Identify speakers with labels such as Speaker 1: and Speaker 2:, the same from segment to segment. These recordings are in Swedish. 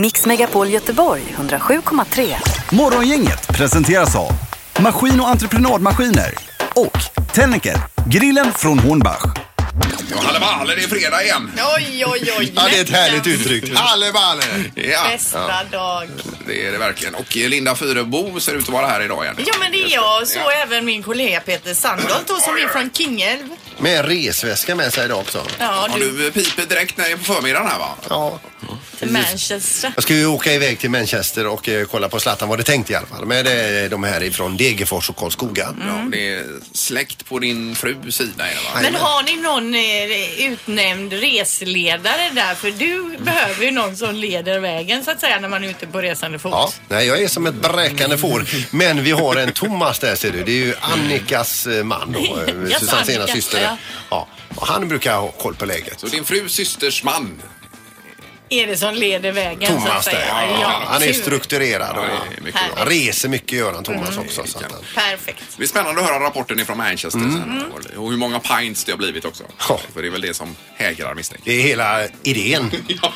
Speaker 1: Mix Megapol Göteborg 107,3.
Speaker 2: Morgongänget presenteras av Maskin och entreprenadmaskiner och Tennicker, grillen från Hornbach.
Speaker 3: Ja, Halle Balle, det är fredag igen.
Speaker 4: Oj, oj, oj.
Speaker 5: Ja, det är ett härligt
Speaker 4: Veckans
Speaker 5: uttryck. Alle balle!
Speaker 3: Ja,
Speaker 4: Bästa dag.
Speaker 3: det är det verkligen. Och eh, Linda Fyrebo ser ut att vara här idag igen.
Speaker 4: Ja, men det är jag och så även min kollega Peter Sandholt då, som är från Kingälv.
Speaker 5: Med en resväska med sig idag också.
Speaker 4: Ja,
Speaker 3: Ja,
Speaker 4: du
Speaker 3: du piper direkt när det är på förmiddagen här
Speaker 4: Mm.
Speaker 3: va?
Speaker 5: Ja.
Speaker 4: till Manchester.
Speaker 5: Jag ska ju åka iväg till Manchester och eh, kolla på Zlatan vad det tänkte i alla fall. Men det är de här ifrån Degerfors och Karlskoga.
Speaker 3: Ja, det är släkt på din frus sida är det va?
Speaker 4: Men har ni någon eh, utnämnd resledare där? För du behöver ju någon som leder vägen så att säga när man är ute på resande fot.
Speaker 5: Ja, nej jag är som ett bräkande får. Men vi har en Thomas där ser du. Det är ju Annikas eh, man då. eh,
Speaker 4: Jaså,
Speaker 5: Susannes ena
Speaker 4: Annika.
Speaker 5: syster.
Speaker 4: Ja.
Speaker 5: Ja, och han brukar ha koll på läget.
Speaker 3: Så din frus systers man.
Speaker 4: Är det som leder vägen så att
Speaker 5: Thomas där.
Speaker 4: säga?
Speaker 5: Ja, han är
Speaker 4: tur.
Speaker 5: strukturerad
Speaker 3: det är mycket
Speaker 5: och
Speaker 4: bra.
Speaker 5: reser mycket gör han Thomas också. Så att han,
Speaker 4: Perfekt.
Speaker 3: Det blir spännande att höra rapporten ifrån Manchester
Speaker 4: Mm.
Speaker 3: sen. Och- Och hur många pints det har blivit också.
Speaker 5: Mm. Ja.
Speaker 3: För det är väl det som hägrar misstänkt.
Speaker 5: det är hela idén
Speaker 3: Ja,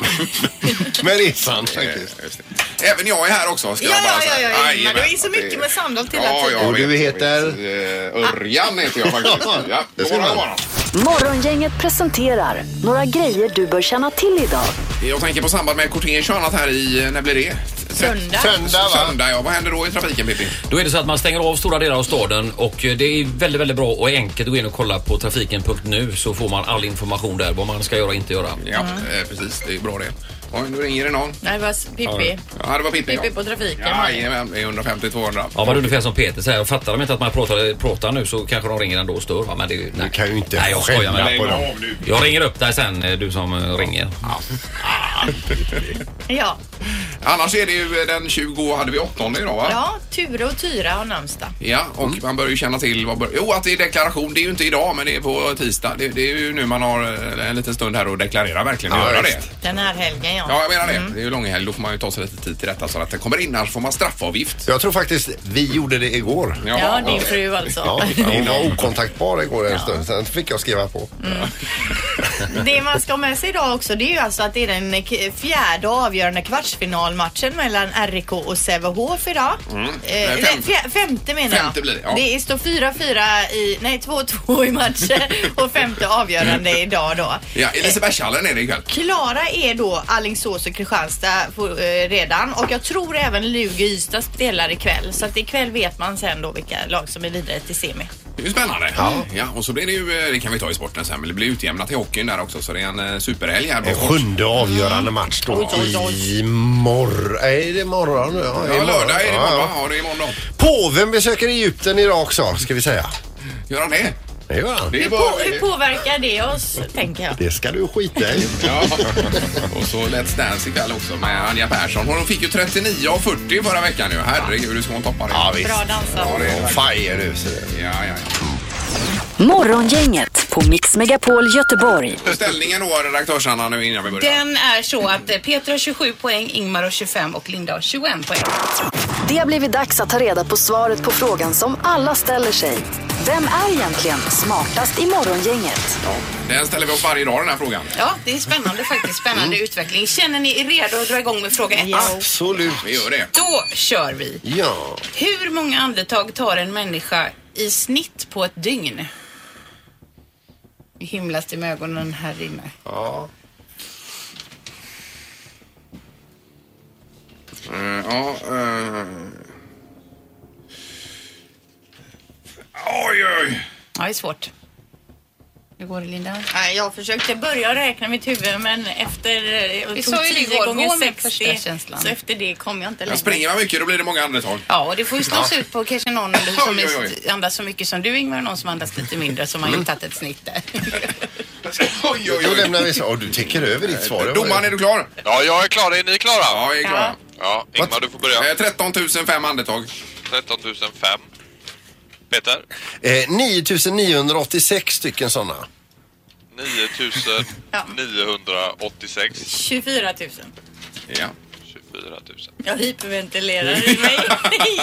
Speaker 5: med resan
Speaker 3: eh,
Speaker 5: faktiskt.
Speaker 3: just det. Även jag är här också ska
Speaker 4: Ja,
Speaker 3: jag bara
Speaker 4: ja,
Speaker 3: säga.
Speaker 4: ja, ja, ja.
Speaker 3: Jajamän,
Speaker 4: Men det är så
Speaker 3: att
Speaker 4: mycket med Sandholt hela
Speaker 3: Ja,
Speaker 4: tiden.
Speaker 3: jag
Speaker 5: Och du
Speaker 3: vet.
Speaker 5: heter?
Speaker 3: Eh, Örjan heter jag faktiskt. Ja,
Speaker 5: Det ser
Speaker 3: god morgon,
Speaker 5: man.
Speaker 3: god morgon.
Speaker 1: Morgongänget presenterar några grejer du bör känna till idag.
Speaker 3: Jag tänker på samband med kortege och annat här i, eh, när blir det?
Speaker 4: Söndag.
Speaker 5: Söndag va?
Speaker 3: Söndag, ja. Vad händer då i trafiken Pippi?
Speaker 6: Då är det så att man stänger av stora delar av staden och eh, det är väldigt, väldigt bra och enkelt att gå in och kolla på trafiken.nu så får man all information där vad man ska göra och inte göra.
Speaker 3: Ja,
Speaker 4: Mm.
Speaker 3: eh, precis. Det är bra det. Oj, nu ringer det någon.
Speaker 4: Nej, vad Pippi.
Speaker 3: Ja, det var Pippi. ja.
Speaker 4: Pippi på trafiken.
Speaker 3: Jajamän, det är 150-200.
Speaker 6: Ja, men ungefär som Peter säger. Fattar de inte att man pratar, pratar nu så kanske de ringer ändå och stör. Va? Men det, är ju- nej.
Speaker 5: Du kan ju inte
Speaker 6: Nej, jag skojar med
Speaker 5: skälla
Speaker 6: dig.
Speaker 5: på dem.
Speaker 3: av nu.
Speaker 6: Jag ringer upp dig sen, eh, du som eh, ringer.
Speaker 4: Ja.
Speaker 3: Annars är det ju eh, den 20 hade vi 8 idag va?
Speaker 4: ja, Ture och Tyra har namnsdag.
Speaker 3: Ja, och
Speaker 5: Mm.
Speaker 3: man bör ju känna till vad... Bör... Jo, att det är deklaration. Det är ju inte idag, men det är på tisdag. Det, det är ju nu man har eh, en liten stund här och deklarerar verkligen.
Speaker 5: Ja,
Speaker 3: Ja, göra det.
Speaker 5: visst.
Speaker 4: Den här helgen
Speaker 3: Ja, jag menar det.
Speaker 4: Mm.
Speaker 3: Det är ju långhelg. Då får man ju ta sig lite tid till detta så att det kommer in. Annars får man straffavgift.
Speaker 5: Jag tror faktiskt vi gjorde det igår.
Speaker 4: Ja, din fru alltså.
Speaker 5: Ja, hon var okontaktbar igår en stund, sen fick jag skriva på.
Speaker 3: Mm.
Speaker 4: Det man ska ha med sig idag också det är ju alltså att det är den k- fjärde avgörande kvartsfinalmatchen mellan RIK och Sävehof idag. Eh, nej,
Speaker 3: fem-
Speaker 4: fjär- femte menar jag.
Speaker 3: Mm. Femte blir det, ja.
Speaker 4: det står 4-4 i, nej 2-2 i matcher och femte avgörande idag då.
Speaker 3: Ja, i Lisebergshallen är det ikväll.
Speaker 4: Klara är då Alingsås och Kristianstad på, eh, redan och jag tror även Lugi och Ystad spelar ikväll så att ikväll vet man sen då vilka lag som är vidare till semi.
Speaker 3: Det är ju spännande. Ja, och så blir det ju, eh, det kan vi ta i sporten sen, men det blir utjämnat i hockeyn där också så det är en eh, superhelg här.
Speaker 5: En
Speaker 3: bakom.
Speaker 5: sjunde avgörande match då i morgon. Är det morgon? Ja,
Speaker 3: Ja, lördag är det imorgon. Ja, det är imorgon då.
Speaker 5: Påven besöker Egypten idag också, ska vi säga.
Speaker 3: Gör han det?
Speaker 5: Det gör han.
Speaker 3: Det
Speaker 4: Hur,
Speaker 3: är
Speaker 4: på,
Speaker 3: bara...
Speaker 4: hur påverkar det oss tänker jag?
Speaker 5: Det ska du skita i.
Speaker 3: Ja. Och så Let's Dance ikväll också med Anja Persson. Hon fick ju 39 av 40 förra veckan nu. Herregud, hur ska hon toppa det?
Speaker 5: Ja, visst.
Speaker 4: Bra dansat.
Speaker 5: Ja, det är fire nu. så det-
Speaker 3: Ja, ja, ja.
Speaker 1: Morgongänget på Mix Megapol Göteborg.
Speaker 3: Ställningen då, redaktörs-Anna, nu innan vi börjar.
Speaker 7: Den är så att eh, Peter har 27 poäng, Ingmar har 25 och Linda har 21 poäng.
Speaker 1: Det har blivit dags att ta reda på svaret på frågan som alla ställer sig. Vem är egentligen smartast i morgongänget?
Speaker 3: Ja. Den ställer vi upp varje dag, den här frågan.
Speaker 7: Ja, det är spännande faktiskt. Spännande
Speaker 4: Mm.
Speaker 7: utveckling. Känner ni er redo att dra igång med fråga ett?
Speaker 5: Absolut.
Speaker 3: Vi gör det.
Speaker 7: Då kör vi.
Speaker 5: Ja.
Speaker 7: Hur många andetag tar en människa i snitt på ett dygn? Nu himlas det med ögonen här inne.
Speaker 5: ja.
Speaker 3: Eh, Ja, eh. Oj, oj.
Speaker 7: Ja, det är svårt. Hur går det Linda?
Speaker 4: Nej, Jag försökte börja räkna mitt huvud men efter... eh, Vi
Speaker 7: sa ju det igår, gå med första känslan.
Speaker 4: Så efter det kom jag inte
Speaker 3: Jag springer man mycket då blir det många andetag.
Speaker 7: Ja, och det får ju slås ut på kanske någon som
Speaker 3: Oj, oj, Mm. oj.
Speaker 7: är- andas så mycket som du Ingmar och någon som andas lite mindre som har ju tagit ett snitt där.
Speaker 3: Oj, oj,
Speaker 5: Då
Speaker 3: oj.
Speaker 5: lämnar vi svar. du täcker över ditt svar. Det var
Speaker 3: Eh, Domaren, är du klar?
Speaker 8: Ja, jag är klar. Är ni klara?
Speaker 3: Ja, jag är klar.
Speaker 8: Ja, Ingmar, du får börja.
Speaker 3: Eh, 13 500 andetag.
Speaker 8: 13 005. Peter?
Speaker 5: eh, 9986 stycken sådana.
Speaker 8: 9 986.
Speaker 4: 24 000.
Speaker 3: Ja.
Speaker 8: 24 000.
Speaker 4: Jag hyperventilerar mig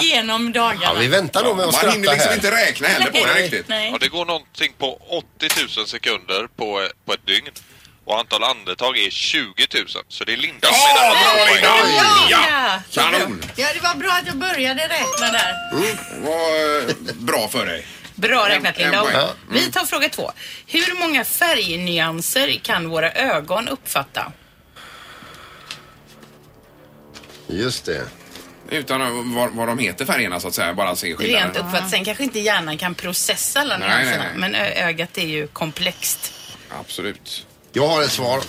Speaker 4: genom
Speaker 5: Ja,
Speaker 4: dagarna.
Speaker 5: vi väntar då med att
Speaker 3: Man hinner
Speaker 5: skratta
Speaker 3: liksom
Speaker 5: här.
Speaker 3: inte räkna heller på det
Speaker 5: Nej.
Speaker 3: riktigt.
Speaker 4: Nej.
Speaker 8: Ja, det går någonting på 80 000 sekunder på, på ett dygn. och antal andetag är 20 000. Så det är Linda som
Speaker 3: Ja,
Speaker 8: är närmast.
Speaker 3: bra Linda!
Speaker 4: Bra,
Speaker 3: Ja,
Speaker 4: Linda!
Speaker 3: kanon!
Speaker 4: Ja, det var bra att jag började räkna där.
Speaker 3: Mm, vad eh, bra för dig.
Speaker 7: Bra räknat
Speaker 3: En- en
Speaker 7: Linda.
Speaker 3: poäng. Mm. Ja.
Speaker 7: Vi tar fråga två. Hur många färgnyanser kan våra ögon uppfatta?
Speaker 5: Just det.
Speaker 3: Utan att- vad, vad de heter färgerna så att säga, bara se skillnaden.
Speaker 7: Rent uppfattat. Sen kanske inte hjärnan kan processa alla
Speaker 3: Nej,
Speaker 7: nyanserna.
Speaker 3: nej, nej.
Speaker 7: Men ö- ögat är ju komplext.
Speaker 3: Absolut.
Speaker 5: Jag har ett svar.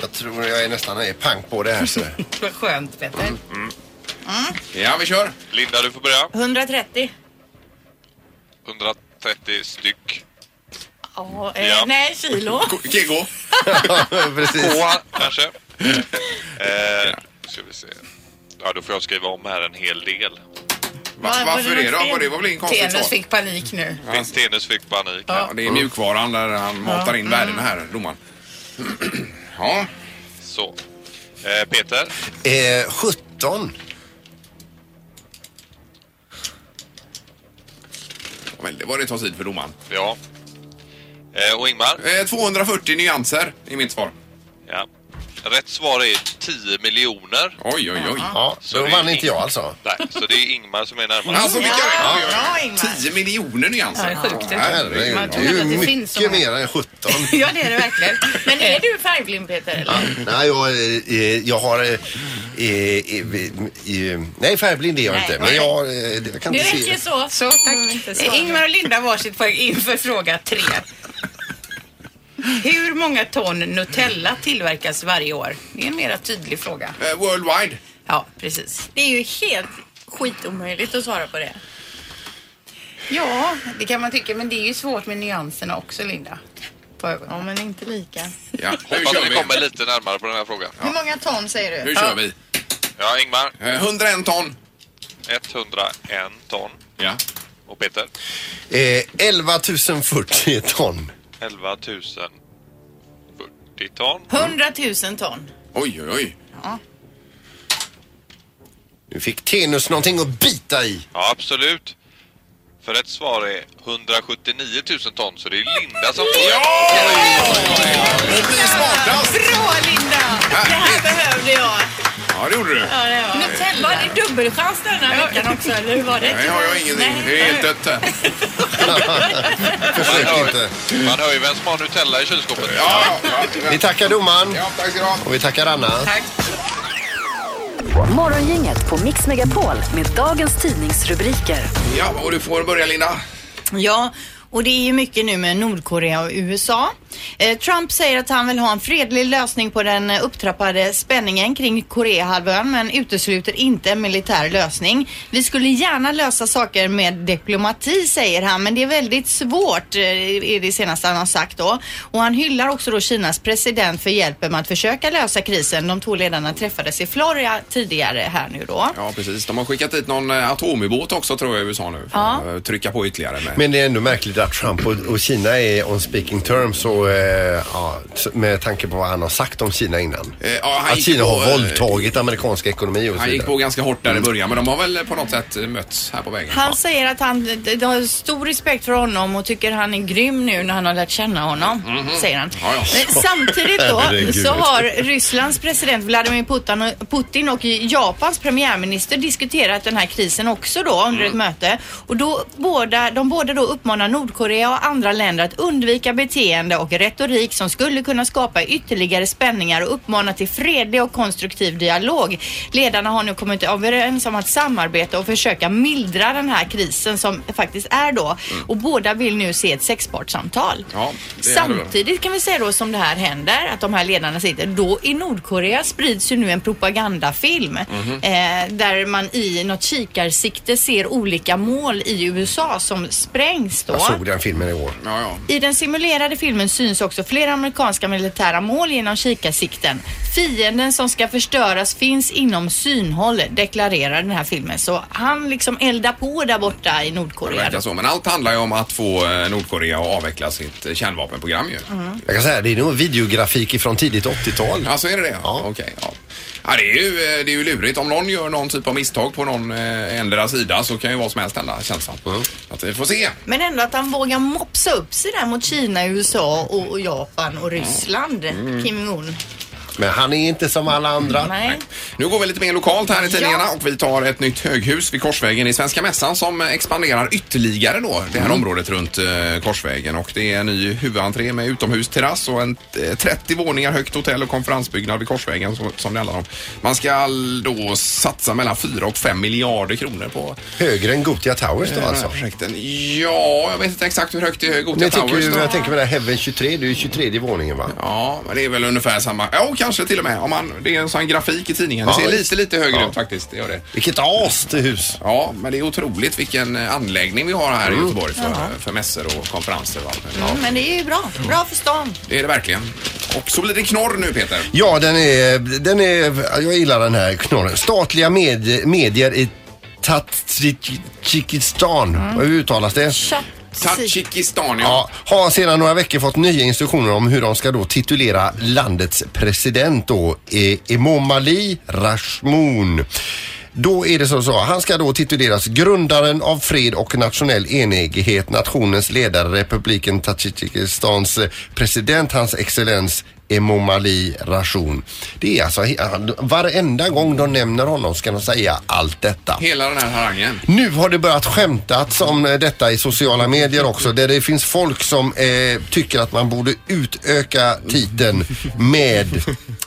Speaker 5: Jag tror jag är nästan är pank på det här. Så.
Speaker 7: Vad skönt Peter.
Speaker 3: Ja, vi kör.
Speaker 8: Linda, du får börja.
Speaker 4: 130.
Speaker 8: 130 styck.
Speaker 4: Ja, eh,
Speaker 8: Ja.
Speaker 4: Nej, kilo.
Speaker 3: Kikko.
Speaker 5: Precis.
Speaker 8: Tvåa, kanske. Eh, ska vi se. Ja, då får jag skriva om här en hel del.
Speaker 3: Va,
Speaker 4: Var- var
Speaker 3: varför
Speaker 4: det
Speaker 3: det
Speaker 4: något
Speaker 3: då?
Speaker 4: fel?
Speaker 3: Det var väl ingen konstigt
Speaker 7: Tenus
Speaker 3: svar?
Speaker 7: fick panik nu.
Speaker 8: Finns Tenus fick panik.
Speaker 3: Ja, det är mjukvaran där han matar in värdena här, domaren. Ja,
Speaker 8: Så. Eh, Peter,
Speaker 5: Eh, 17.
Speaker 3: men det var det tar tid för domaren.
Speaker 8: ja. Eh, och Ingmar?
Speaker 3: Eh, 240 nyanser i mitt svar.
Speaker 8: Ja. Rätt svar är 10 miljoner.
Speaker 3: Oj, oj, oj.
Speaker 5: Ja, då vann inte jag alltså.
Speaker 8: Nej, så det är Ingmar som är närmast.
Speaker 3: Alltså vilka ja,
Speaker 4: Ja, bra, Ingmar.
Speaker 3: 10 miljoner nyanser.
Speaker 7: Ja, det är sjukt, det.
Speaker 5: Herregud,
Speaker 7: Man
Speaker 5: det
Speaker 7: tror
Speaker 5: är
Speaker 7: att
Speaker 5: ju
Speaker 7: det finns
Speaker 5: mycket
Speaker 7: såna.
Speaker 5: mer än 17.
Speaker 7: Ja det är det verkligen.
Speaker 4: Men är du färgblind Peter? Eller?
Speaker 5: Nej, jag, eh, jag har... eh, eh, eh, nej, färgblind är jag
Speaker 4: Nej,
Speaker 5: inte. Men
Speaker 4: nej.
Speaker 5: jag, eh, jag kan
Speaker 4: Det
Speaker 5: inte se.
Speaker 4: räcker så. Mm,
Speaker 7: Så tack. Ingmar och Linda varsitt poäng inför fråga tre. Hur många ton Nutella tillverkas varje år? Det är en mera tydlig fråga.
Speaker 3: Eh, Worldwide.
Speaker 7: Ja, precis.
Speaker 4: Det är ju helt skitomöjligt att svara på det.
Speaker 7: Ja, det kan man tycka, men det är ju svårt med nyanserna också, Linda. På ögonen.
Speaker 4: Ja, men inte lika.
Speaker 3: Ja, nu
Speaker 8: Hoppas
Speaker 3: kör
Speaker 8: vi
Speaker 3: vi.
Speaker 8: kommer lite närmare på den här frågan.
Speaker 4: Hur många ton säger
Speaker 3: Nu
Speaker 4: du?
Speaker 3: kör vi.
Speaker 8: Ja, Ingmar.
Speaker 3: Eh, 101 ton.
Speaker 8: 101 ton.
Speaker 3: Ja.
Speaker 8: Och Peter?
Speaker 5: Eh, 11 040 ton.
Speaker 8: 11 040 ton.
Speaker 4: 100 000 ton.
Speaker 3: Oj, oj, oj.
Speaker 5: Nu fick Tenus någonting att bita i.
Speaker 8: Ja, absolut. För rätt svar är 179 000 ton, så det är Linda som får
Speaker 3: Hon blir smartast.
Speaker 4: Bra Linda! Det här behövde jag.
Speaker 3: Ja, det gjorde du.
Speaker 4: Ja, det var. Nutella. Var det dubbelchans den här veckan också eller hur var det?
Speaker 3: Nej, har jag ingenting. Det är helt dött här.
Speaker 5: Försök
Speaker 8: Ja.
Speaker 5: inte.
Speaker 8: Man hör ju vem som har Nutella i kylskåpet.
Speaker 3: Ja, ja, ja.
Speaker 5: Vi tackar domaren
Speaker 3: ja, tack ska du ha.
Speaker 5: och vi tackar Anna.
Speaker 1: Morgongänget på Mix Megapol med dagens tidningsrubriker.
Speaker 3: Ja, och du får börja Linda.
Speaker 4: Ja, och det är ju mycket nu med Nordkorea och USA. Eh, Trump säger att han vill ha en fredlig lösning på den eh, upptrappade spänningen kring Koreahalvön men utesluter inte en militär lösning. Vi skulle gärna lösa saker med diplomati säger han men det är väldigt svårt eh, är det senaste han har sagt då. Och han hyllar också då Kinas president för hjälpen med att försöka lösa krisen. De två ledarna träffades i Florida tidigare här nu då.
Speaker 3: Ja, precis. De har skickat dit någon eh, atomubåt också tror jag i USA nu. För
Speaker 4: Ja.
Speaker 3: att eh, trycka på ytterligare. Med.
Speaker 5: Men det är ändå märkligt att Trump och, och Kina är on speaking terms och, eh, ja, t- med tanke på vad han har sagt om Kina innan.
Speaker 3: Eh, ja, han
Speaker 5: att
Speaker 3: gick
Speaker 5: Kina
Speaker 3: på,
Speaker 5: har
Speaker 3: eh,
Speaker 5: våldtagit amerikansk ekonomi och så
Speaker 3: Han gick på
Speaker 5: vidare.
Speaker 3: ganska hårt där i början men de har väl på något sätt eh, mötts här på vägen.
Speaker 4: Han säger att han d- d- har stor respekt för honom och tycker han är grym nu när han har lärt känna honom, säger han.
Speaker 3: Mhm. Ja, ja.
Speaker 4: Men samtidigt då
Speaker 5: Herregud.
Speaker 4: så har Rysslands president Vladimir Putin och, Putin och Japans premiärminister diskuterat den här krisen också då under
Speaker 3: Mm.
Speaker 4: ett möte. Och då båda, de båda då uppmanar Nordkorea och andra länder att undvika beteende och retorik som skulle kunna skapa ytterligare spänningar och uppmanar till fredlig och konstruktiv dialog. Ledarna har nu kommit överens om att samarbeta och försöka mildra den här krisen som faktiskt är då. Och båda vill nu se ett sexpartssamtal.
Speaker 3: Mm. Ja, det hade varit-
Speaker 4: Samtidigt Samtidigt kan vi säga då som det här händer, att de här ledarna sitter, då i Nordkorea sprids ju nu en propagandafilm eh, där man i något kikarsikte ser olika mål i USA som sprängs då.
Speaker 5: Jag såg den filmen igår.
Speaker 3: Ja, ja.
Speaker 4: I den simulerade filmen syns också flera amerikanska militära mål genom kikarsikten. Fienden som ska förstöras finns inom synhåll, deklarerar den här filmen. Så han liksom eldar på där borta i
Speaker 3: Det
Speaker 4: Nordkorea.
Speaker 3: verkar så. Men allt handlar ju om att få eh, Nordkorea att avveckla sitt eh, kärnvapenprogram ju.
Speaker 5: Jag kan säga det är nog videografik ifrån tidigt 80-tal.
Speaker 3: Alltså är det det?
Speaker 5: Ja.
Speaker 3: Okej. Ja. Ja, det, är ju, eh, det är ju lurigt. Om någon gör någon typ av misstag på någon eh, ändra sida så kan ju vad som helst hända känns det Så att vi får se.
Speaker 4: Men ändå att han vågar mopsa upp sig där mot Kina, USA och, och Japan och Ryssland, Kim Jong-Un.
Speaker 5: Men han är inte som alla andra.
Speaker 4: Nej.
Speaker 3: Nu går vi lite mer lokalt här i tidningarna
Speaker 4: Ja.
Speaker 3: och vi tar ett nytt höghus vid Korsvägen i Svenska Mässan som expanderar ytterligare då det här
Speaker 5: Mm.
Speaker 3: området runt eh, Korsvägen och det är en ny huvudentré med utomhusterrass och en eh, 30 våningar högt hotell och konferensbyggnad vid Korsvägen som, som det handlar om. Man ska då satsa mellan 4 och 5 miljarder kronor på
Speaker 5: Högre än Gotia Towers då
Speaker 3: de här
Speaker 5: alltså.
Speaker 3: projekten. Ja, jag vet inte exakt hur högt det är
Speaker 5: Men
Speaker 3: Gothia
Speaker 5: jag tänker,
Speaker 3: Towers.
Speaker 5: ju-
Speaker 3: då.
Speaker 5: jag tänker på det här Heaven 23, det är ju 23 våningen va?
Speaker 3: Ja, men det är väl ungefär samma. Ja, kanske till och med. Om man, det är en sån grafik i tidningen. Det
Speaker 5: Ja,
Speaker 3: ser
Speaker 5: visst.
Speaker 3: lite, lite högre
Speaker 5: Ja.
Speaker 3: ut faktiskt. Det gör det.
Speaker 5: Vilket as till hus.
Speaker 3: Ja, men det är otroligt vilken eh, anläggning vi har här
Speaker 5: Mm.
Speaker 3: i Göteborg för, för mässor och konferenser. Va? Ja,
Speaker 4: Mm, men det är ju bra. Bra för stan.
Speaker 3: Det är det verkligen. Och så blir det knorr nu Peter.
Speaker 5: Ja, den är, den är, jag gillar den här knorren. Statliga med, medier i Tadzjikistan, hur uttalas det?
Speaker 4: Tjatsik.
Speaker 3: Tadzjikistan, ja.
Speaker 5: Ja, har sedan några veckor fått nya instruktioner om hur de ska då titulera landets president då, eh, Emomali Rashmoon. Då är det så, så han ska då tituleras grundaren av fred och nationell enighet, nationens ledare, republiken Tadzjikistans eh, president, hans excellens Emomali Rashmoon. Det är alltså, he- han- varenda gång de nämner honom ska de säga allt detta.
Speaker 3: Hela den här harangen.
Speaker 5: Nu har det börjat skämtats om eh, detta i sociala medier också där det finns folk som eh, tycker att man borde utöka titeln med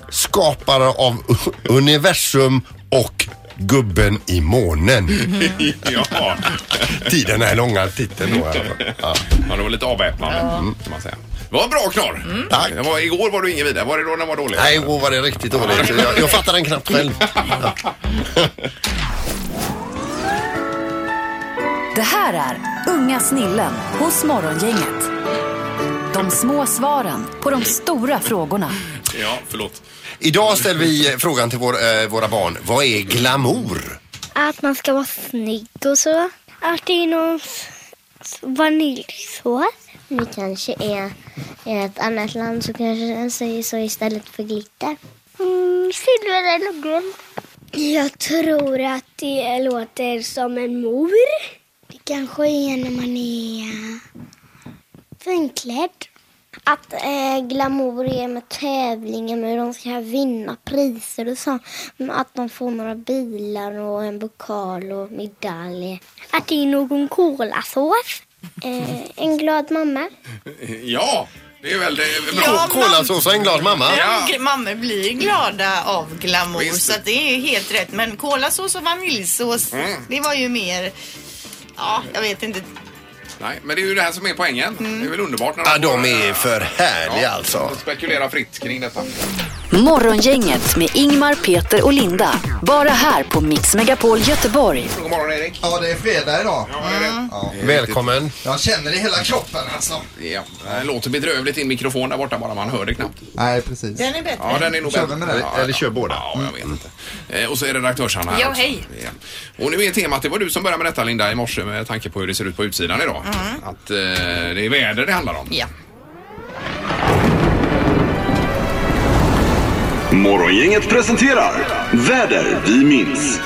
Speaker 5: skapare av u- universum och gubben i månen.
Speaker 3: ja.
Speaker 5: Tiden är långa titeln då. Ja.
Speaker 3: ja, det var lite avväpnande kan man säga. Det var bra knorr.
Speaker 5: Mm. Tack.
Speaker 3: Det var, igår var du ingen vidare. Var det då den var dålig?
Speaker 5: Nej, åh, vad det är riktigt dåligt. Jag, jag fattar den knappt själv.
Speaker 1: Det här är Unga snillen hos Morgongänget. De små svaren på de stora frågorna.
Speaker 3: Ja, förlåt.
Speaker 5: Idag ställer vi eh, frågan till vår, eh, våra barn. Vad är glamour?
Speaker 9: Att man ska vara snygg och så. Att det är någon s- vaniljsås. Vi kanske är i ett annat land så kanske den säger så istället för glitter. Mm, silver eller guld. Jag tror att det låter som en mor. Det kanske är när man är finklädd. Att eh, glamour är med tävlingar, med hur de ska vinna priser och så. Men Att de får några bilar och en bokal och medalj. Att det är någon kolasås. Eh, en glad mamma.
Speaker 3: Ja, det är väldigt bra.
Speaker 4: Ja,
Speaker 5: Kolasås och en glad mamma.
Speaker 4: Ja. gl- Mammor blir glada av glamour
Speaker 3: Visst.
Speaker 4: så att det är ju helt rätt. Men kolasås och vaniljsås, det var ju mer... Ja, jag vet inte.
Speaker 3: Nej, men det är ju det här som är poängen. Det är väl underbart när
Speaker 5: Mm. Ja, de är för
Speaker 3: Ja,
Speaker 5: härliga alltså.
Speaker 3: Spekulera fritt kring detta.
Speaker 1: Morgongänget med Ingmar, Peter och Linda. Bara här på Mix Megapol Göteborg.
Speaker 3: God morgon Erik.
Speaker 10: Ja, det är fredag idag.
Speaker 3: Ja, vad är det?
Speaker 5: Eh, Välkommen.
Speaker 10: Jag känner det i hela kroppen alltså.
Speaker 3: Ja, det låter bedrövligt i en mikrofon där borta bara, man hör det knappt.
Speaker 10: Nej, precis.
Speaker 4: Den är bättre.
Speaker 3: Ja, den är nog
Speaker 10: Kör vi
Speaker 3: bättre.
Speaker 10: med den?
Speaker 3: Ja,
Speaker 5: Eller
Speaker 3: ja.
Speaker 5: kör båda.
Speaker 3: Ja, jag vet inte. Eh, Och så är redaktörs-Hanna här
Speaker 7: Ja,
Speaker 3: också.
Speaker 7: hej.
Speaker 3: Ja. Och nu är temat, det var du som började med detta Linda i morse med tanke på hur det ser ut på utsidan idag. Att eh, det är väder det handlar om.
Speaker 4: Mm. Ja.
Speaker 11: Morgongänget presenterar Väder vi minns.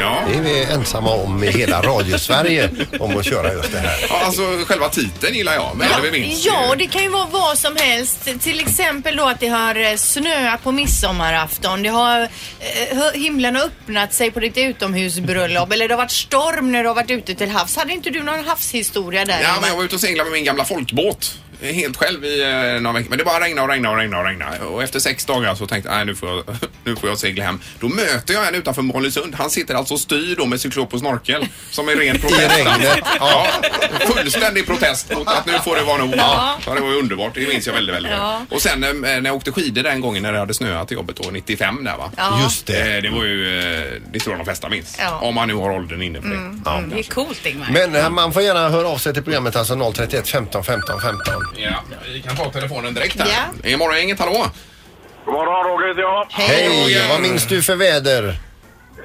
Speaker 3: Ja.
Speaker 5: Det är vi ensamma om i hela radiosverige om att köra just det här.
Speaker 3: Ja, Alltså själva titeln gillar jag, men det vi minns.
Speaker 4: Ja, det kan ju vara vad som helst. Till exempel då att det har eh, snöat på midsommarafton. Det har, eh, hö- himlen har öppnat sig på ditt utomhusbröllop. Eller det har varit storm när du har varit ute till havs. Hade inte du någon havshistoria där?
Speaker 3: Ja,
Speaker 4: Ingmar?
Speaker 3: men jag var ute och seglade med min gamla folkbåt. eh, Helt själv i eh, några veckor. Men det bara regnade och regnade och regnade och regnade. Och efter sex dagar så tänkte jag, "Nej, nu får jag, nu får jag segla hem. Då möter jag en utanför Mollösund. Han sitter alltså och styr då med cyklop och snorkel. Som är ren
Speaker 5: I
Speaker 3: protest.
Speaker 5: regnet.
Speaker 3: Ja, fullständig protest mot att nu får det vara nog. Ja. det var ju underbart, det minns jag väldigt, väldigt väl. Och sen eh, när jag åkte skidor den gången när det hade snöat till jobbet då, 95 där va.
Speaker 4: Ja.
Speaker 5: Just det.
Speaker 3: Eh, Det var ju, eh, det tror jag de flesta minns.
Speaker 4: Ja. Mm.
Speaker 3: Om man nu har åldern inne för det.
Speaker 7: Det är coolt Ingmar.
Speaker 5: Men eh, man får gärna höra av sig till programmet alltså 031 15 15 15.
Speaker 3: Ja, vi kan ta telefonen direkt här.
Speaker 4: Ja.
Speaker 3: I morgon, inget hallå?
Speaker 11: God morgon Roger heter jag.
Speaker 5: Hej, vad minns du för väder?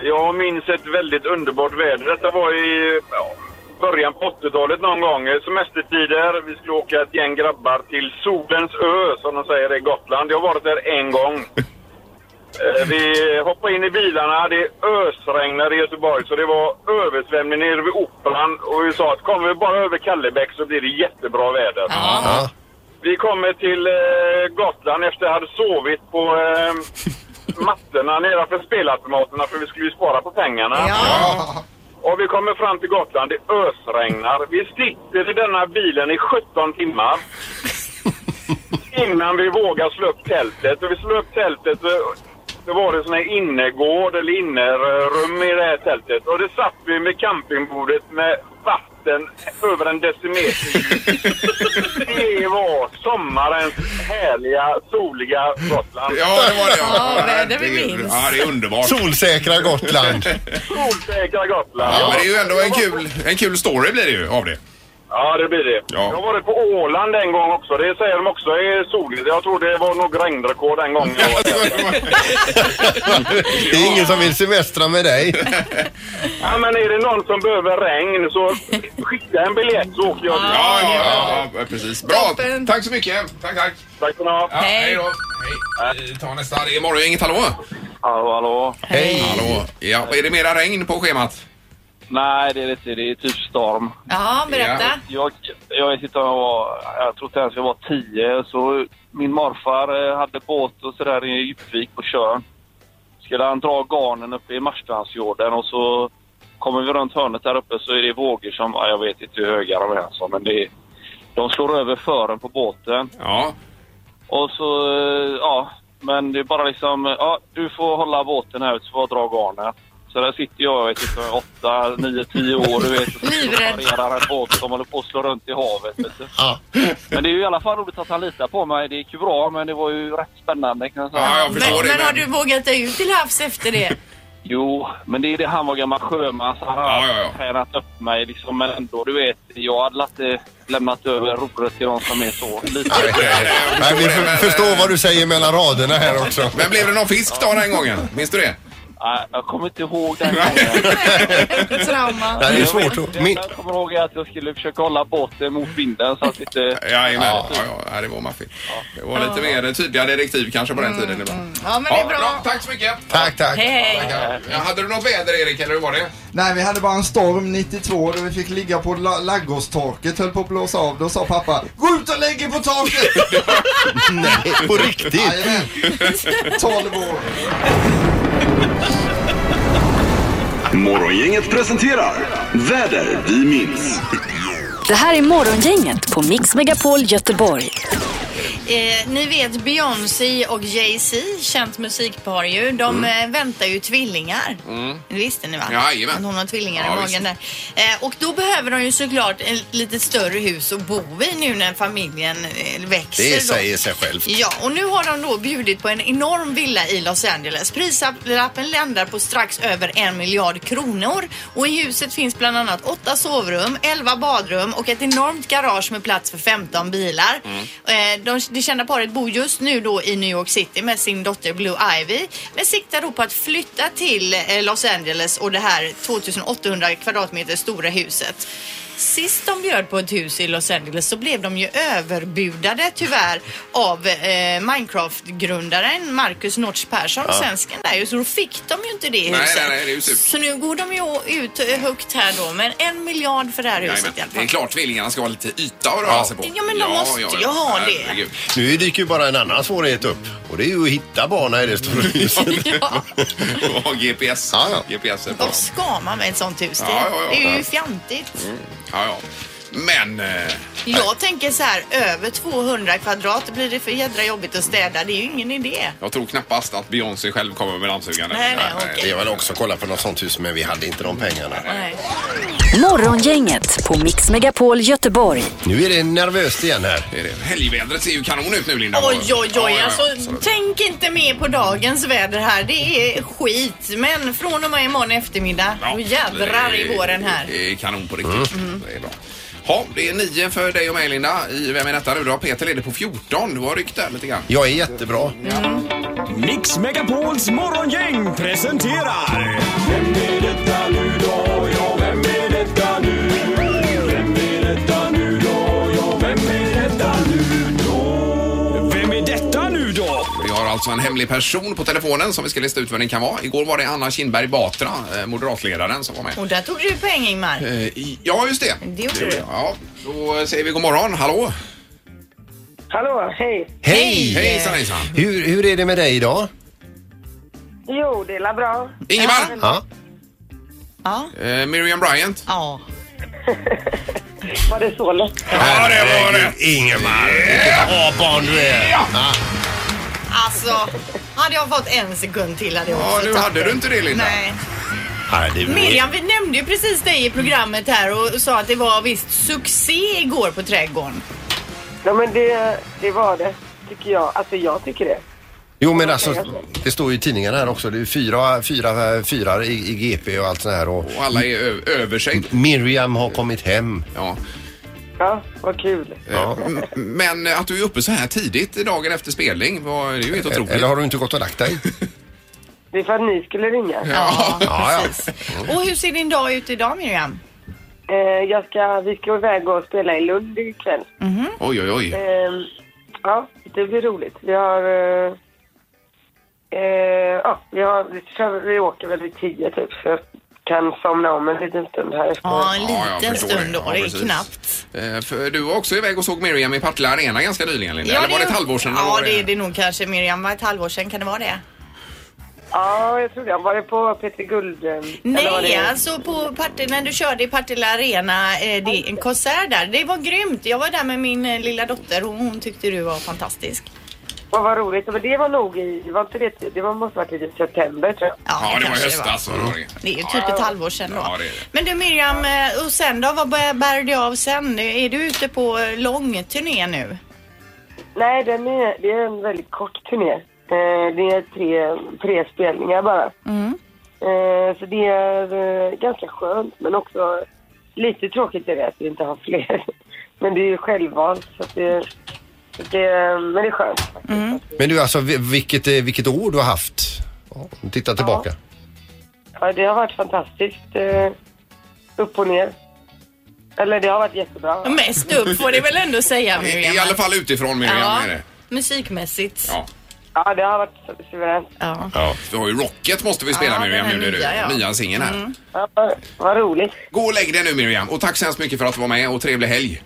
Speaker 11: Jag minns ett väldigt underbart väder. Detta var i ja, början på 80-talet någon gång. eh, Semestertider. Vi skulle åka ett gäng grabbar till Solens ö, som de säger i Gotland. Jag har varit där en gång. Eh, Vi hoppade in i bilarna, det ösregnade i Göteborg så det var översvämning nere vid Operan och vi sa att kommer vi bara över Kallebäck så blir det jättebra väder. Vi kommer till eh, Gotland efter att ha sovit på eh, mattorna nedanför spelautomaterna för vi skulle ju spara på pengarna. Och vi kommer fram till Gotland, det ösregnar. Vi sitter i denna bilen i 17 timmar. Innan vi vågar slå upp tältet. Och vi slår upp tältet eh, så- så var det sån här innergård eller innerrum i det här tältet. Och det satt vi med campingbordet med vatten över en decimeter djup. Det var sommarens härliga, soliga Gotland.
Speaker 3: Ja, det var det. Ja,
Speaker 4: väder vi
Speaker 3: minns. Ja, det är underbart.
Speaker 5: Solsäkra Gotland.
Speaker 11: Solsäkra Gotland.
Speaker 3: Ja, men det är ju ändå en kul, en kul story blir det ju av det.
Speaker 11: Ja, det blir det.
Speaker 3: Ja.
Speaker 11: Jag har varit på Åland en gång också. Det säger de också är soligt. Jag tror det var nog regnrekord den gången. jag var där.
Speaker 5: Det är ingen som vill semestra med dig.
Speaker 11: ja, men är det någon som behöver regn så skicka en biljett så åker jag dit.
Speaker 3: Ja, ja, ja, ja precis. Bra. Tack så mycket. Tack, tack.
Speaker 11: Tack ska ni ha.
Speaker 3: Ja, hej då. Hej. Vi tar nästa. Det är Morgongänget. Hallå.
Speaker 12: Hallå, hallå.
Speaker 5: Hej.
Speaker 3: Hallå. Ja, är det mera regn på schemat?
Speaker 12: Nej, det är lite, det är typ storm.
Speaker 4: Ja, berätta.
Speaker 12: Jag, jag sitter och var, jag tror inte ens jag var tio, så min morfar eh, hade båt och sådär i Djupvik på Tjörn. Skulle han dra garnen uppe i Marstrandsfjorden och så kommer vi runt hörnet där uppe så är det vågor som, ja, jag vet inte hur höga de är alltså, men det är, de slår över fören på båten.
Speaker 3: Ja.
Speaker 12: Och så, eh, ja, men det är bara liksom, ja, du får hålla båten här ut så får jag dra garnen. Så där sitter jag, jag vet inte, åtta, nio, tio år, du vet. och så Parerar en båt som håller på att slå runt i havet. Vet du. Men det är ju i alla fall roligt att han litar på mig. Det gick ju bra, men det var ju rätt spännande kan jag säga.
Speaker 3: Ja, jag
Speaker 4: Men, men har du vågat dig ut till havs efter det?
Speaker 12: Jo, men det är det. Han var gammal sjöman så han har tränat upp mig liksom. Men ändå, du vet, jag hade inte lämnat över rodret till någon som är så liten.
Speaker 5: Nej, vi för, förstår vad du säger mellan raderna här också.
Speaker 3: Eh, Men blev det någon fisk då den gången? Minns du det?
Speaker 12: Nej, jag kommer inte ihåg den
Speaker 4: Trauma.
Speaker 5: Nej, det är svårt att-
Speaker 12: Det enda jag kommer ihåg är att jag skulle försöka hålla båten mot vinden så att inte...
Speaker 3: Jajamän. Ja, ja, ja, det var maffigt. Det var lite mer tydliga direktiv kanske på den tiden ibland.
Speaker 4: Ja,
Speaker 3: men det är bra. Tack så mycket.
Speaker 5: Tack, tack.
Speaker 3: Tackar. Ja, hade du något väder Erik eller hur var det?
Speaker 10: Nej, vi hade bara en storm 92 då vi fick ligga på la- laggårdstaket, höll på att blåsa av. Då sa pappa Gå ut och lägg er på taket!
Speaker 5: Nej, på riktigt.
Speaker 10: Jajamän. 12 år.
Speaker 13: Morgongänget presenterar Väder vi minns.
Speaker 1: Det här är Morgongänget på Mix Megapol Göteborg.
Speaker 4: Eh, ni vet Beyoncé och Jay-Z, känt musikpar ju, de
Speaker 5: Mm.
Speaker 4: eh, väntar ju tvillingar. Det visste ni va?
Speaker 3: Jajamän.
Speaker 4: Att hon har tvillingar
Speaker 3: Ja,
Speaker 4: i magen där. Eh, och då behöver de ju såklart ett lite större hus att bo i nu när familjen eh, växer.
Speaker 5: Det
Speaker 4: då.
Speaker 5: säger sig självt.
Speaker 4: Ja, och nu har de då bjudit på en enorm villa i Los Angeles. Prislappen landar på strax över en miljard kronor. Och i huset finns bland annat åtta sovrum, elva badrum och ett enormt garage med plats för 15 bilar.
Speaker 5: Mm.
Speaker 4: Eh, De, det kända paret bor just nu då i New York City med sin dotter Blue Ivy. Men siktar då på att flytta till eh, Los Angeles och det här 2800 kvadratmeter stora huset. Sist de bjöd på ett hus i Los Angeles så blev de ju överbudade tyvärr av eh, Minecraft-grundaren Marcus Notch Persson,
Speaker 3: Ja.
Speaker 4: svensken där ju. Så då fick de ju inte det
Speaker 3: Nej,
Speaker 4: huset.
Speaker 3: nej, nej, det är ju surt.
Speaker 4: så nu går de ju ut eh, högt här då. Men en miljard för det här huset i alla
Speaker 3: Det är
Speaker 4: fall.
Speaker 3: klart tvillingarna ska ha lite yta att röra sig på.
Speaker 4: Ja, men de måste ju ha det.
Speaker 3: Herregud.
Speaker 5: Nu dyker ju bara en annan svårighet upp och det är ju att hitta barna i det stora huset.
Speaker 3: Och ha GPS. GPS är bra.
Speaker 4: Vad ska man med ett sånt hus? Det,
Speaker 3: Ja, ja, Mm. ja.
Speaker 4: det är ju
Speaker 3: Ja.
Speaker 4: fjantigt.
Speaker 3: Ja, ja. Men... eh,
Speaker 4: Jag tänker så här, över 200 kvadrat blir det för jädra jobbigt att städa. Det är ju ingen idé.
Speaker 3: Jag tror knappast att Beyoncé själv kommer med dammsugaren.
Speaker 4: Nej, nej, okej.
Speaker 5: Jag vill också kolla på något sånt hus men vi hade inte de pengarna.
Speaker 1: Morgongänget på Mix Megapol Göteborg.
Speaker 5: Nu är det nervöst igen här.
Speaker 3: Det är det. Helgvädret ser ju kanon ut nu Linda.
Speaker 4: Oj, oj,
Speaker 3: Ja, ja,
Speaker 4: oj.
Speaker 3: ja,
Speaker 4: Alltså,
Speaker 3: absolut.
Speaker 4: tänk inte mer på dagens väder här. Det är skit. Men från och med imorgon eftermiddag, då jädrar
Speaker 3: Det
Speaker 4: i
Speaker 3: är-
Speaker 4: våren här.
Speaker 3: Det är kanon på riktigt. Mm. Det är bra. Ja, det är nio för dig och mig Linda. I Vem är detta nu? Du har Peter leder på 14. Du har ryckt där lite grann.
Speaker 5: Jag är jättebra.
Speaker 13: Mix Megapols morgongäng presenterar... Vem är detta nu då? Ja, vem är detta nu? Vem är detta nu då? Ja, vem är detta nu då? Vem är detta nu då?
Speaker 3: Vi har alltså alltså en hemlig person på telefonen som vi ska lista ut vem det kan vara. Igår var det Anna Kinberg Batra, eh, moderatledaren, som var med.
Speaker 4: Och där tog du poäng Ingmar.
Speaker 3: Eh, i- Ja, just det.
Speaker 4: Det gjorde du.
Speaker 3: Ja, då säger vi god morgon. Hallå!
Speaker 14: Hallå, hej.
Speaker 5: Hej!
Speaker 3: Hejsan, hejsan.
Speaker 5: Hur, hur är det med dig idag?
Speaker 14: Jo, det är la bra.
Speaker 3: Ingemar!
Speaker 5: Ja.
Speaker 4: Ja.
Speaker 3: Eh, Miriam Bryant.
Speaker 4: Ja.
Speaker 14: Var det så lätt?
Speaker 5: Ja, det var det! Ingemar, vilket bra barn du är! Ja.
Speaker 4: Alltså, hade jag fått en sekund till hade jag
Speaker 3: Ja,
Speaker 4: också
Speaker 3: nu
Speaker 4: tagit
Speaker 3: hade du inte det, Linda.
Speaker 4: Nej.
Speaker 5: Ja, det är-
Speaker 4: Miriam, vi nämnde ju precis dig i programmet här och sa att det var visst succé igår på Trädgården.
Speaker 14: Ja, men det, det var det, tycker jag. Alltså, jag tycker det.
Speaker 5: Jo men alltså, det står ju i tidningarna här också. Det är fyra, fyra, fyra i, i GP och allt sånt här. Och,
Speaker 3: Och alla är ö- över sig.
Speaker 5: Mm. Miriam har kommit hem.
Speaker 3: Ja. Eh,
Speaker 14: Ja, vad kul.
Speaker 5: Ja.
Speaker 3: M- Men att du är uppe så här tidigt dagen efter spelning, var, det är ju helt otroligt.
Speaker 5: Eh, Eller har du inte gått och lagt dig?
Speaker 14: Det är för att ni skulle ringa.
Speaker 3: Ja.
Speaker 5: ja.
Speaker 4: Och hur ser din dag ut idag Miriam?
Speaker 14: Eh, jag ska, vi ska iväg och spela i Lund ikväll.
Speaker 3: Oj, oj, oj.
Speaker 14: Eh, ja, det blir roligt. Vi har... Eh, eh, ja, vi, har vi, kör, vi åker väl vid tio typ, så jag kan somna om en liten stund här efteråt.
Speaker 4: Ja, en liten
Speaker 3: jag förstår
Speaker 4: stund
Speaker 3: det.
Speaker 4: då.
Speaker 3: Ja,
Speaker 4: det är
Speaker 3: precis.
Speaker 4: knappt.
Speaker 3: Eh, För du var också iväg och såg Miriam i Partille Arena ganska nyligen, Linda. Eller var det ett halvår sedan? eller
Speaker 4: Ja,
Speaker 3: var
Speaker 4: det är det nog kanske Miriam. Var ett halvår sedan, kan det vara det?
Speaker 14: Ja, jag tror det. Var det på Peter Guld? eh, eller var
Speaker 4: Nej,
Speaker 14: det-
Speaker 4: alltså på Partille, när du körde i Partille Arena, eh, det, en konsert där. Det var grymt. Jag var där med min eh, lilla dotter och hon tyckte du var fantastisk.
Speaker 14: Vad var roligt. Men det var nog i... Var inte det, det var, måste ha varit i september, tror jag.
Speaker 3: Ja, det var i
Speaker 4: kanske det var.
Speaker 3: höstas. var det.
Speaker 4: Det är ju typ
Speaker 14: Ja.
Speaker 4: ett halvår sedan då.
Speaker 3: Ja, det är det.
Speaker 4: Men du Miriam, eh, och sen då? Vad bär bär du av sen? Är du ute på eh, lång turné nu?
Speaker 14: Nej, den är, det är en väldigt kort turné. Eh, det är tre, tre spelningar bara. Eh, så det är eh, ganska skönt, men också lite tråkigt är det att vi inte har fler. men det är ju självvalt, så att det, så att det... Men det är skönt.
Speaker 5: Men du alltså, vi- vilket, eh, vilket år du har haft. Ja, Titta tillbaka.
Speaker 14: Ja, det har varit fantastiskt. Eh, upp och ner. Eller det har varit jättebra.
Speaker 4: Mest upp får det väl ändå säga Miriam.
Speaker 3: I alla fall utifrån Miriam
Speaker 4: Ja.
Speaker 3: är det.
Speaker 4: Musikmässigt.
Speaker 3: Ja.
Speaker 14: Ja, det har varit suveränt.
Speaker 4: Ja.
Speaker 3: Du har ju Rocket måste vi spela
Speaker 14: Ja,
Speaker 3: Miriam
Speaker 14: den här
Speaker 3: nu. när du-
Speaker 14: nya, ja.
Speaker 3: Nya singeln här.
Speaker 14: Ja, vad roligt.
Speaker 3: Gå och lägg dig nu Miriam och tack så hemskt mycket för att du var med och trevlig helg.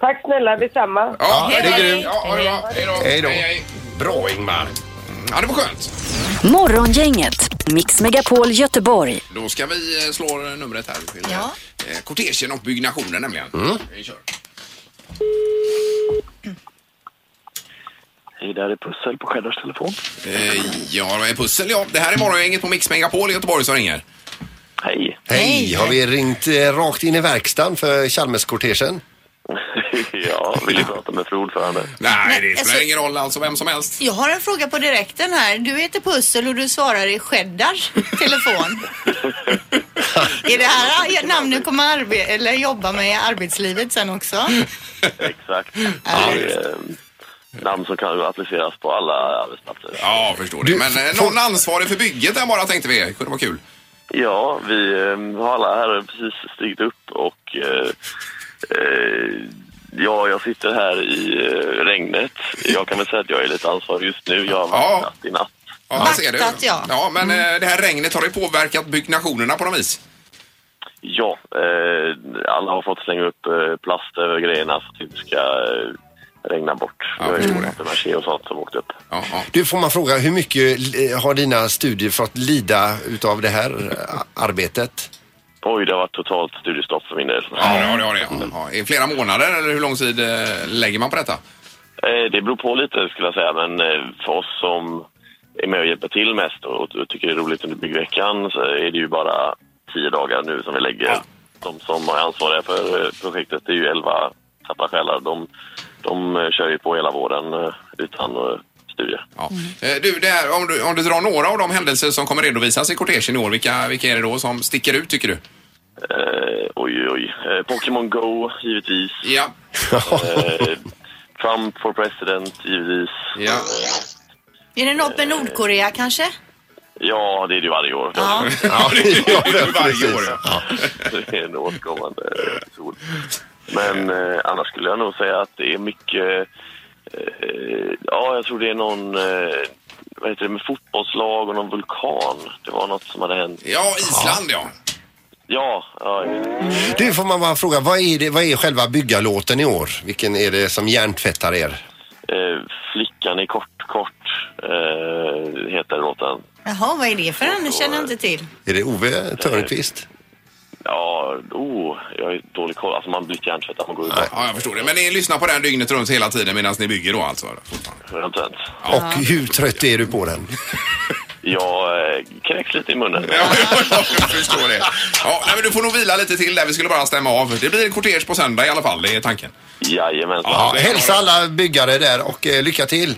Speaker 14: Tack snälla, detsamma.
Speaker 3: Ja, det är grymt.
Speaker 14: Ja, ha det bra.
Speaker 3: Hej då.
Speaker 5: Hej då.
Speaker 3: Bra Ingmar. Ja, det var skönt.
Speaker 1: Morgongänget, Mix Megapol Göteborg.
Speaker 3: Då ska vi eh, slå numret här till ja. kortegen och byggnationen nämligen. Vi kör.
Speaker 15: Hej, där är Pussel på Skäddars telefon.
Speaker 3: Eh, ja, det är pussel ja. Det här är morgongänget på Mix Megapol i Göteborg som ringer.
Speaker 15: Hej.
Speaker 5: Hej! Har vi ringt eh, rakt in i verkstaden för Chalmers-kortegen?
Speaker 15: ja, vill du prata med fru ordförande?
Speaker 3: Nej,
Speaker 4: det spelar alltså- ingen
Speaker 3: roll alltså, vem som helst.
Speaker 4: Jag har en fråga på direkten här. Du heter Pussel och du svarar i Skäddars telefon. är det här namn du kommer arbe- eller jobba med i arbetslivet sen också?
Speaker 15: Exakt. Det är eh, namn som kan appliceras på alla arbetsplatser.
Speaker 3: Ja, förstår det. Men eh, någon ansvarig för bygget där bara tänkte vi. Kunde vara kul.
Speaker 15: Ja, vi eh, har alla här precis stigit upp och eh, eh, ja, jag sitter här i eh, regnet. Jag kan väl säga att jag är lite ansvarig just nu. Jag har vaknat i natt.
Speaker 3: Ja, här ser du. Ja, men eh, det här regnet har ju påverkat byggnationerna på något vis.
Speaker 15: Ja, eh, alla har fått slänga upp eh, plast över grejerna så att det inte ska eh, regna bort. Ja, det var ju och sånt som åkte upp.
Speaker 5: Du, får man fråga, hur mycket eh, har dina studier fått lida utav det här eh, arbetet?
Speaker 15: Oj, det har varit totalt studiestopp för min del.
Speaker 3: Ja, det har det. Har det. Ja, I flera månader eller hur lång tid eh, lägger man på detta?
Speaker 15: Eh, Det beror på lite skulle jag säga, men eh, för oss som är med och hjälper till mest och och tycker det är roligt under byggveckan så är det ju bara tio dagar nu som vi lägger. De som är ansvariga för eh, projektet det är ju elva tappra själar. De, de eh, kör ju på hela våren eh, utan eh, studier.
Speaker 3: Eh, Du, det här, om, du, om du drar några av de händelser som kommer redovisas i kortegen i år, vilka, vilka är det då som sticker ut tycker du?
Speaker 15: Eh, oj, oj. Eh, Pokémon Go, givetvis.
Speaker 3: Ja.
Speaker 15: Eh, Trump for president, givetvis.
Speaker 3: Ja.
Speaker 4: Är det något med Nordkorea kanske?
Speaker 15: Ja, det är det ju varje år.
Speaker 4: Ja.
Speaker 15: ja det är
Speaker 3: det ju varje år.
Speaker 15: Ja. Det är en återkommande episod. Men eh, annars skulle jag nog säga att det är mycket Eh, ja, jag tror det är någon... Eh, vad heter det? Med fotbollslag och någon vulkan. Det var något som hade hänt.
Speaker 3: Ja, Island ja.
Speaker 15: Ja, ja.
Speaker 5: Du får man bara fråga, vad är, det, vad är själva byggarlåten i år? Vilken är det som hjärntvättar er?
Speaker 15: Eh, flickan i kort, kort eh, heter låten.
Speaker 4: Jaha, vad är det för en? Det känner jag inte till.
Speaker 5: Är det Ove Törnqvist?
Speaker 15: Ja, oh, jag är dålig koll. Alltså man blir inte hjärntvättad, man går ju bara.
Speaker 3: Ja, jag förstår det. Men ni lyssnar på den dygnet runt hela tiden medan ni bygger då alltså?
Speaker 15: Eventuellt.
Speaker 5: Och hur trött är du på den?
Speaker 15: Jag eh, kräks lite i munnen.
Speaker 3: Jag förstår det. Ja, nej, men du får nog vila lite till där. Vi skulle bara stämma av. Det blir en kortege på söndag i alla fall. Det är tanken.
Speaker 15: Jajamensan.
Speaker 5: Ja, hälsa alla byggare där och eh, lycka till!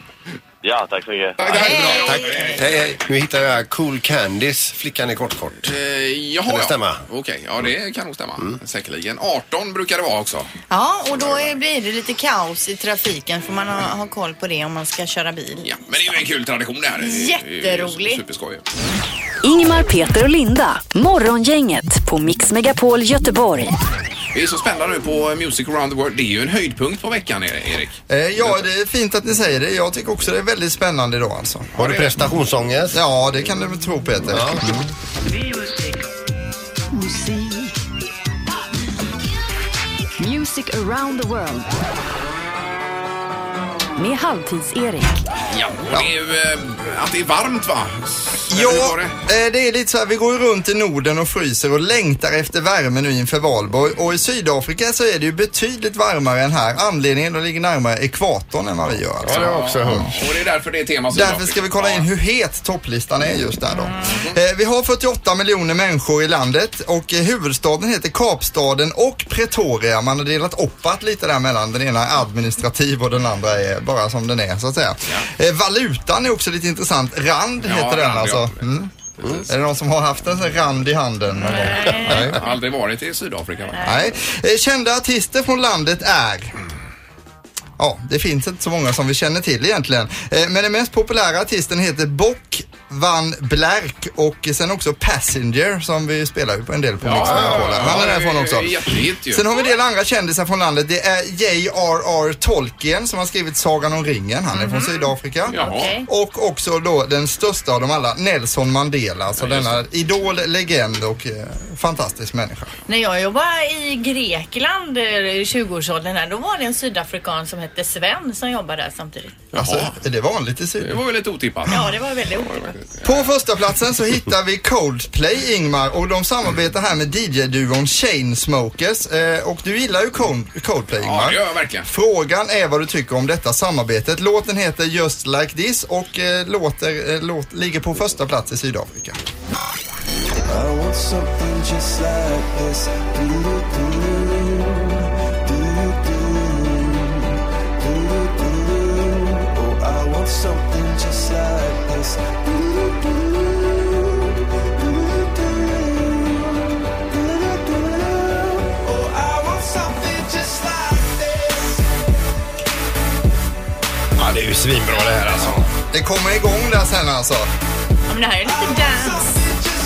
Speaker 15: Ja, tack så mycket.
Speaker 5: Tack. Hej, hej. Nu hittar jag Cool Candies, Flickan i kort kort.
Speaker 3: Eh, jaha,
Speaker 5: Kan det
Speaker 3: ja.
Speaker 5: stämma? Mm.
Speaker 3: Okej, ja det kan nog stämma. Säkerligen. 18 brukar det vara också.
Speaker 4: Ja, och då är, blir det lite kaos i trafiken. Får man ha, ha koll på det om man ska köra bil.
Speaker 3: Ja, men det är ju en kul tradition det här. Det är ju
Speaker 4: Jätterolig.
Speaker 3: Superskoj.
Speaker 1: Ingmar, Peter och Linda. Morgongänget på Mix Megapol Göteborg.
Speaker 3: Vi är så spända nu på Music around the world. Det är ju en höjdpunkt på veckan, Erik.
Speaker 10: Eh, ja, det är fint att ni säger det. Jag tycker också det är väldigt spännande då alltså.
Speaker 5: Har du prestationsångest?
Speaker 10: Ja, det kan du väl tro Peter.
Speaker 1: Music around the world. Med Halvtids-Erik.
Speaker 3: Ja, och det är ju eh, att det är varmt va?
Speaker 10: Ja, eh, det är lite så här, vi går ju runt i Norden och fryser och längtar efter värme nu inför valborg. Och i Sydafrika så är det ju betydligt varmare än här. Anledningen, de ligger närmare ekvatorn än vad vi gör. Alltså.
Speaker 3: Och det är därför det är tema
Speaker 10: Därför ska vi kolla in hur het topplistan är just där då. Eh, vi har 48 miljoner människor i landet och eh, huvudstaden heter Kapstaden och Pretoria. Man har delat oppat lite där mellan. Den ena är administrativ och den andra är bara som den är så att säga. Eh, valutan är också lite intressant. Rand
Speaker 3: Ja,
Speaker 10: heter den
Speaker 3: rand,
Speaker 10: alltså. Mm. Är det någon som har haft en sån här rand i handen? någon gång? Nej.
Speaker 3: Jag har aldrig varit i Sydafrika va?
Speaker 10: Nej. Eh, Kända artister från landet är Ja, det finns inte så många som vi känner till egentligen. Eh, Men den mest populära artisten heter Bock van Blerk och sen också Passenger som vi spelar ju på en del på Mix Megapol. Han är därifrån också.
Speaker 3: Jättehit ju.
Speaker 10: Sen har vi en del andra kändisar från landet. Det är J.R.R. Tolkien som har skrivit Sagan om ringen. Han är
Speaker 4: Mhm.
Speaker 10: från Sydafrika.
Speaker 3: Jaha. Okej.
Speaker 10: Och också då den största av dem alla, Nelson Mandela. Alltså denna idol, legend och eh, fantastisk människa.
Speaker 4: När jag jobbade i Grekland eh, i 20-årsåldern här, då var det en sydafrikan som hette Sven som jobbade där samtidigt.
Speaker 10: Alltså, är det vanligt i Sydafrika?
Speaker 3: Det var väl lite otippat.
Speaker 4: Ja, det var väldigt otippat.
Speaker 10: På första platsen så hittar vi Coldplay Ingmar och de samarbetar här med DJ-duon Chainsmokers. Eh, och du gillar ju Cold- Coldplay Ingmar.
Speaker 3: Ja, det gör jag verkligen.
Speaker 10: Frågan är vad du tycker om detta samarbetet. Låten heter Just Like This och eh, låter, eh, låt, ligger på första plats i Sydafrika.
Speaker 13: I want something just like this. Do do do do do do do do Oh, I want something just like this. Do do do do do do do Oh, I want something just like this.
Speaker 5: Ja, det är ju svinbra det här alltså.
Speaker 10: Det kommer igång där sen alltså.
Speaker 4: Ja, men det här är lite dans.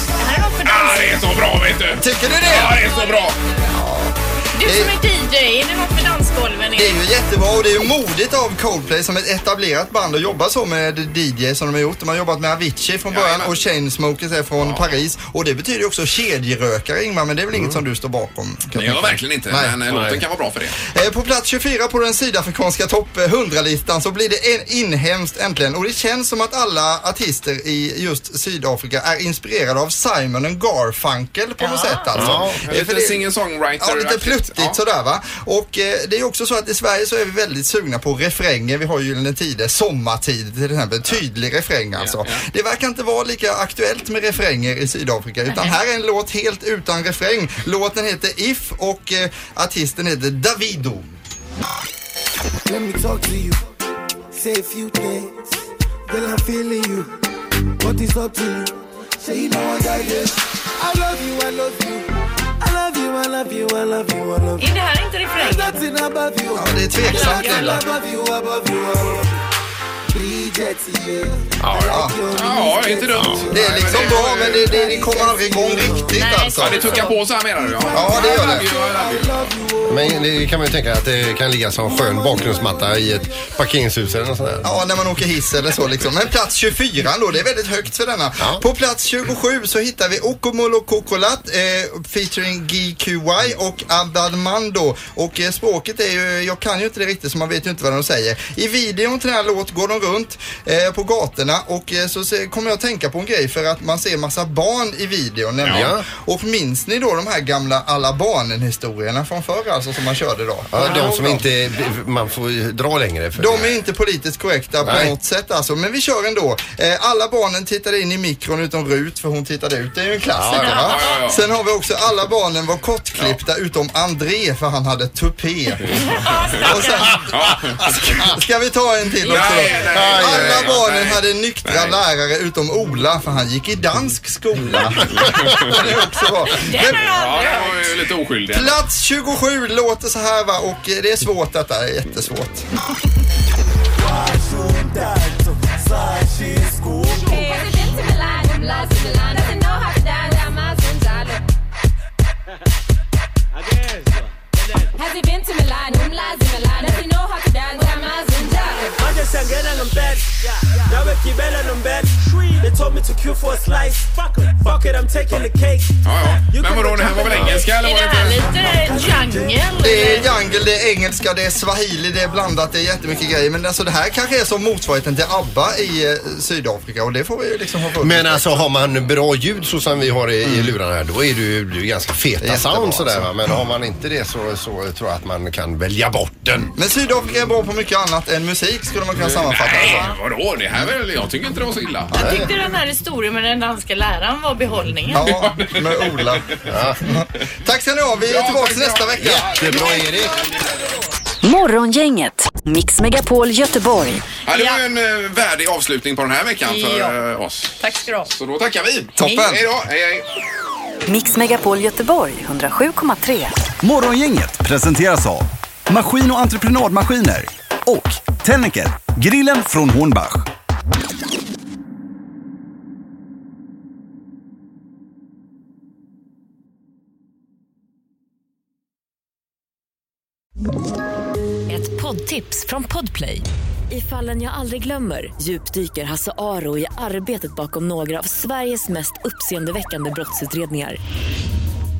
Speaker 4: Det här är något för
Speaker 3: Ah,
Speaker 4: dans.
Speaker 3: det är så bra vet du!
Speaker 10: Tycker du det?
Speaker 3: Ja, det är så bra!
Speaker 4: Du som
Speaker 10: Eh.
Speaker 4: är DJ, är det något för dansgolven?
Speaker 10: Det är ju jättebra och det är ju modigt av Coldplay som ett etablerat band att jobba så med DJ som de har gjort. De har jobbat med Avicii från början och Chainsmokers är från Paris. Och det betyder ju också kedjerökare Ingmar, men det är väl
Speaker 5: Mm.
Speaker 10: inget som du står bakom?
Speaker 3: Det gör jag verkligen inte,
Speaker 10: Nej.
Speaker 3: men eh, låten kan vara bra för det.
Speaker 10: Eh, På plats 24 på den sydafrikanska topp 100-listan så blir det en inhemskt äntligen och det känns som att alla artister i just Sydafrika är inspirerade av Simon and Garfunkel på något sätt alltså.
Speaker 3: Ja,
Speaker 10: Eh,
Speaker 3: lite
Speaker 10: för det-
Speaker 3: singer-songwriter.
Speaker 10: Ja, lite pluttigt sådär va. Och eh, det är också så att i Sverige så är vi väldigt sugna på refränger. Vi har ju Gyllene Tider, Sommartid till exempel. Tydlig refräng alltså. Det verkar inte vara lika aktuellt med refränger i Sydafrika utan här är en låt helt utan refräng. Låten heter If och eh, artisten heter Davido.
Speaker 13: Let me talk to you, say a few things. Then I'm feeling you. What is up to you? Say you know I got this. I love you, I love you. I love you, I love you, I love you, I love you.
Speaker 4: Är det här inte
Speaker 13: There's
Speaker 4: refrängen?
Speaker 13: nothing above you.
Speaker 10: det är tveksamt,
Speaker 13: Nothing
Speaker 10: Linda.
Speaker 13: above you, above you, above you. Breathe
Speaker 3: Ja, ja. ja inte dumt.
Speaker 10: Det är liksom bra, men det, det, det kommer aldrig igång riktigt alltså.
Speaker 3: Ja, det tuckar på så här menar du?
Speaker 10: Ja, det gör det.
Speaker 5: Men det kan man ju tänka att det kan ligga som skön bakgrundsmatta i ett parkeringshus eller något sånt där.
Speaker 10: Ja, när man åker hiss eller så liksom. Men plats 24 då, det är väldigt högt för denna. På plats 27 så hittar vi Okomolo Kokolat eh, featuring GQY och Abadmando. Och eh, språket är ju, jag kan ju inte det riktigt så man vet ju inte vad de säger. I videon till den här låt går de runt eh, på gatorna och eh, så se, kommer jag att tänka på en grej för att man ser massa barn i videon nämligen.
Speaker 5: Ja.
Speaker 10: Och minns ni då de här gamla alla barnen historierna från förr alltså som man körde då?
Speaker 5: Ja, de som inte man får ju dra längre. För
Speaker 10: De är inte politiskt korrekta på
Speaker 5: Nej.
Speaker 10: något sätt alltså, men vi kör ändå. Eh, Alla barnen tittade in i mikron utom Rut, för hon tittade ut. Det är ju en klassiker
Speaker 5: Ja, ja,
Speaker 10: va?
Speaker 5: ja, ja.
Speaker 10: Sen har vi också alla barnen var kortklippta utom André, för han hade tupé. Och sen,
Speaker 3: alltså,
Speaker 10: ska vi ta en till också?
Speaker 13: Nej, nej, nej,
Speaker 10: alla
Speaker 13: nej,
Speaker 10: barnen hade nyktra lärare utom Ola, för han gick i dansk skola. det är också bra. Men-
Speaker 3: Ja, det var ju lite oskyldig.
Speaker 10: Plats 27 låter så här va och eh, det är svårt detta, det är jättesvårt.
Speaker 16: I'm just young girl and I'm bad. Now with your bell and I'm bad. They told me to queue for a slice. Fuck it, fuck it, I'm taking the cake. You
Speaker 3: Men
Speaker 16: can
Speaker 3: vadå, det här var väl engelska eller? Var det
Speaker 10: Det är jungle, det är engelska, det är swahili, det är blandat, det är jättemycket grejer. Men alltså det här kanske är som motsvarigheten till ABBA i eh, Sydafrika och det får vi ju liksom ha fullt
Speaker 5: Men alltså har man bra ljud så som vi har i, i lurarna här, då är det ju du är ganska feta
Speaker 10: Mm. Jättebra,
Speaker 5: sound sådär va.
Speaker 10: alltså.
Speaker 5: Men har man inte det så, så tror jag att man kan välja bort den.
Speaker 10: Men Sydafrika är bra på mycket annat än musik skulle man kunna sammanfatta
Speaker 3: Nej,
Speaker 10: alltså.
Speaker 3: vadå? Det här väl, jag tycker inte det var så illa.
Speaker 4: Jag tyckte den här historien med den danska läraren var behållningen.
Speaker 10: Ja, med Ola. Tack ska ni ha, vi är tillbaka nästa vecka.
Speaker 5: Jättebra Erik.
Speaker 1: Morgongänget, Mix Megapol Göteborg.
Speaker 3: Ja, det var ju en eh, värdig avslutning på den här veckan för
Speaker 1: Ja.
Speaker 3: eh, oss.
Speaker 4: Tack ska du ha.
Speaker 3: Så då tackar vi.
Speaker 1: Toppen.
Speaker 3: Hej då. Hej, hej.
Speaker 1: Mix Megapol Göteborg 107,3.
Speaker 2: Morgongänget presenteras av Maskin och entreprenadmaskiner och Tennecker, grillen från Hornbach.
Speaker 17: Ett poddtips från Podplay. I fallen jag aldrig glömmer djupdyker Hasse Aro i arbetet bakom några av Sveriges mest uppseendeväckande brottsutredningar.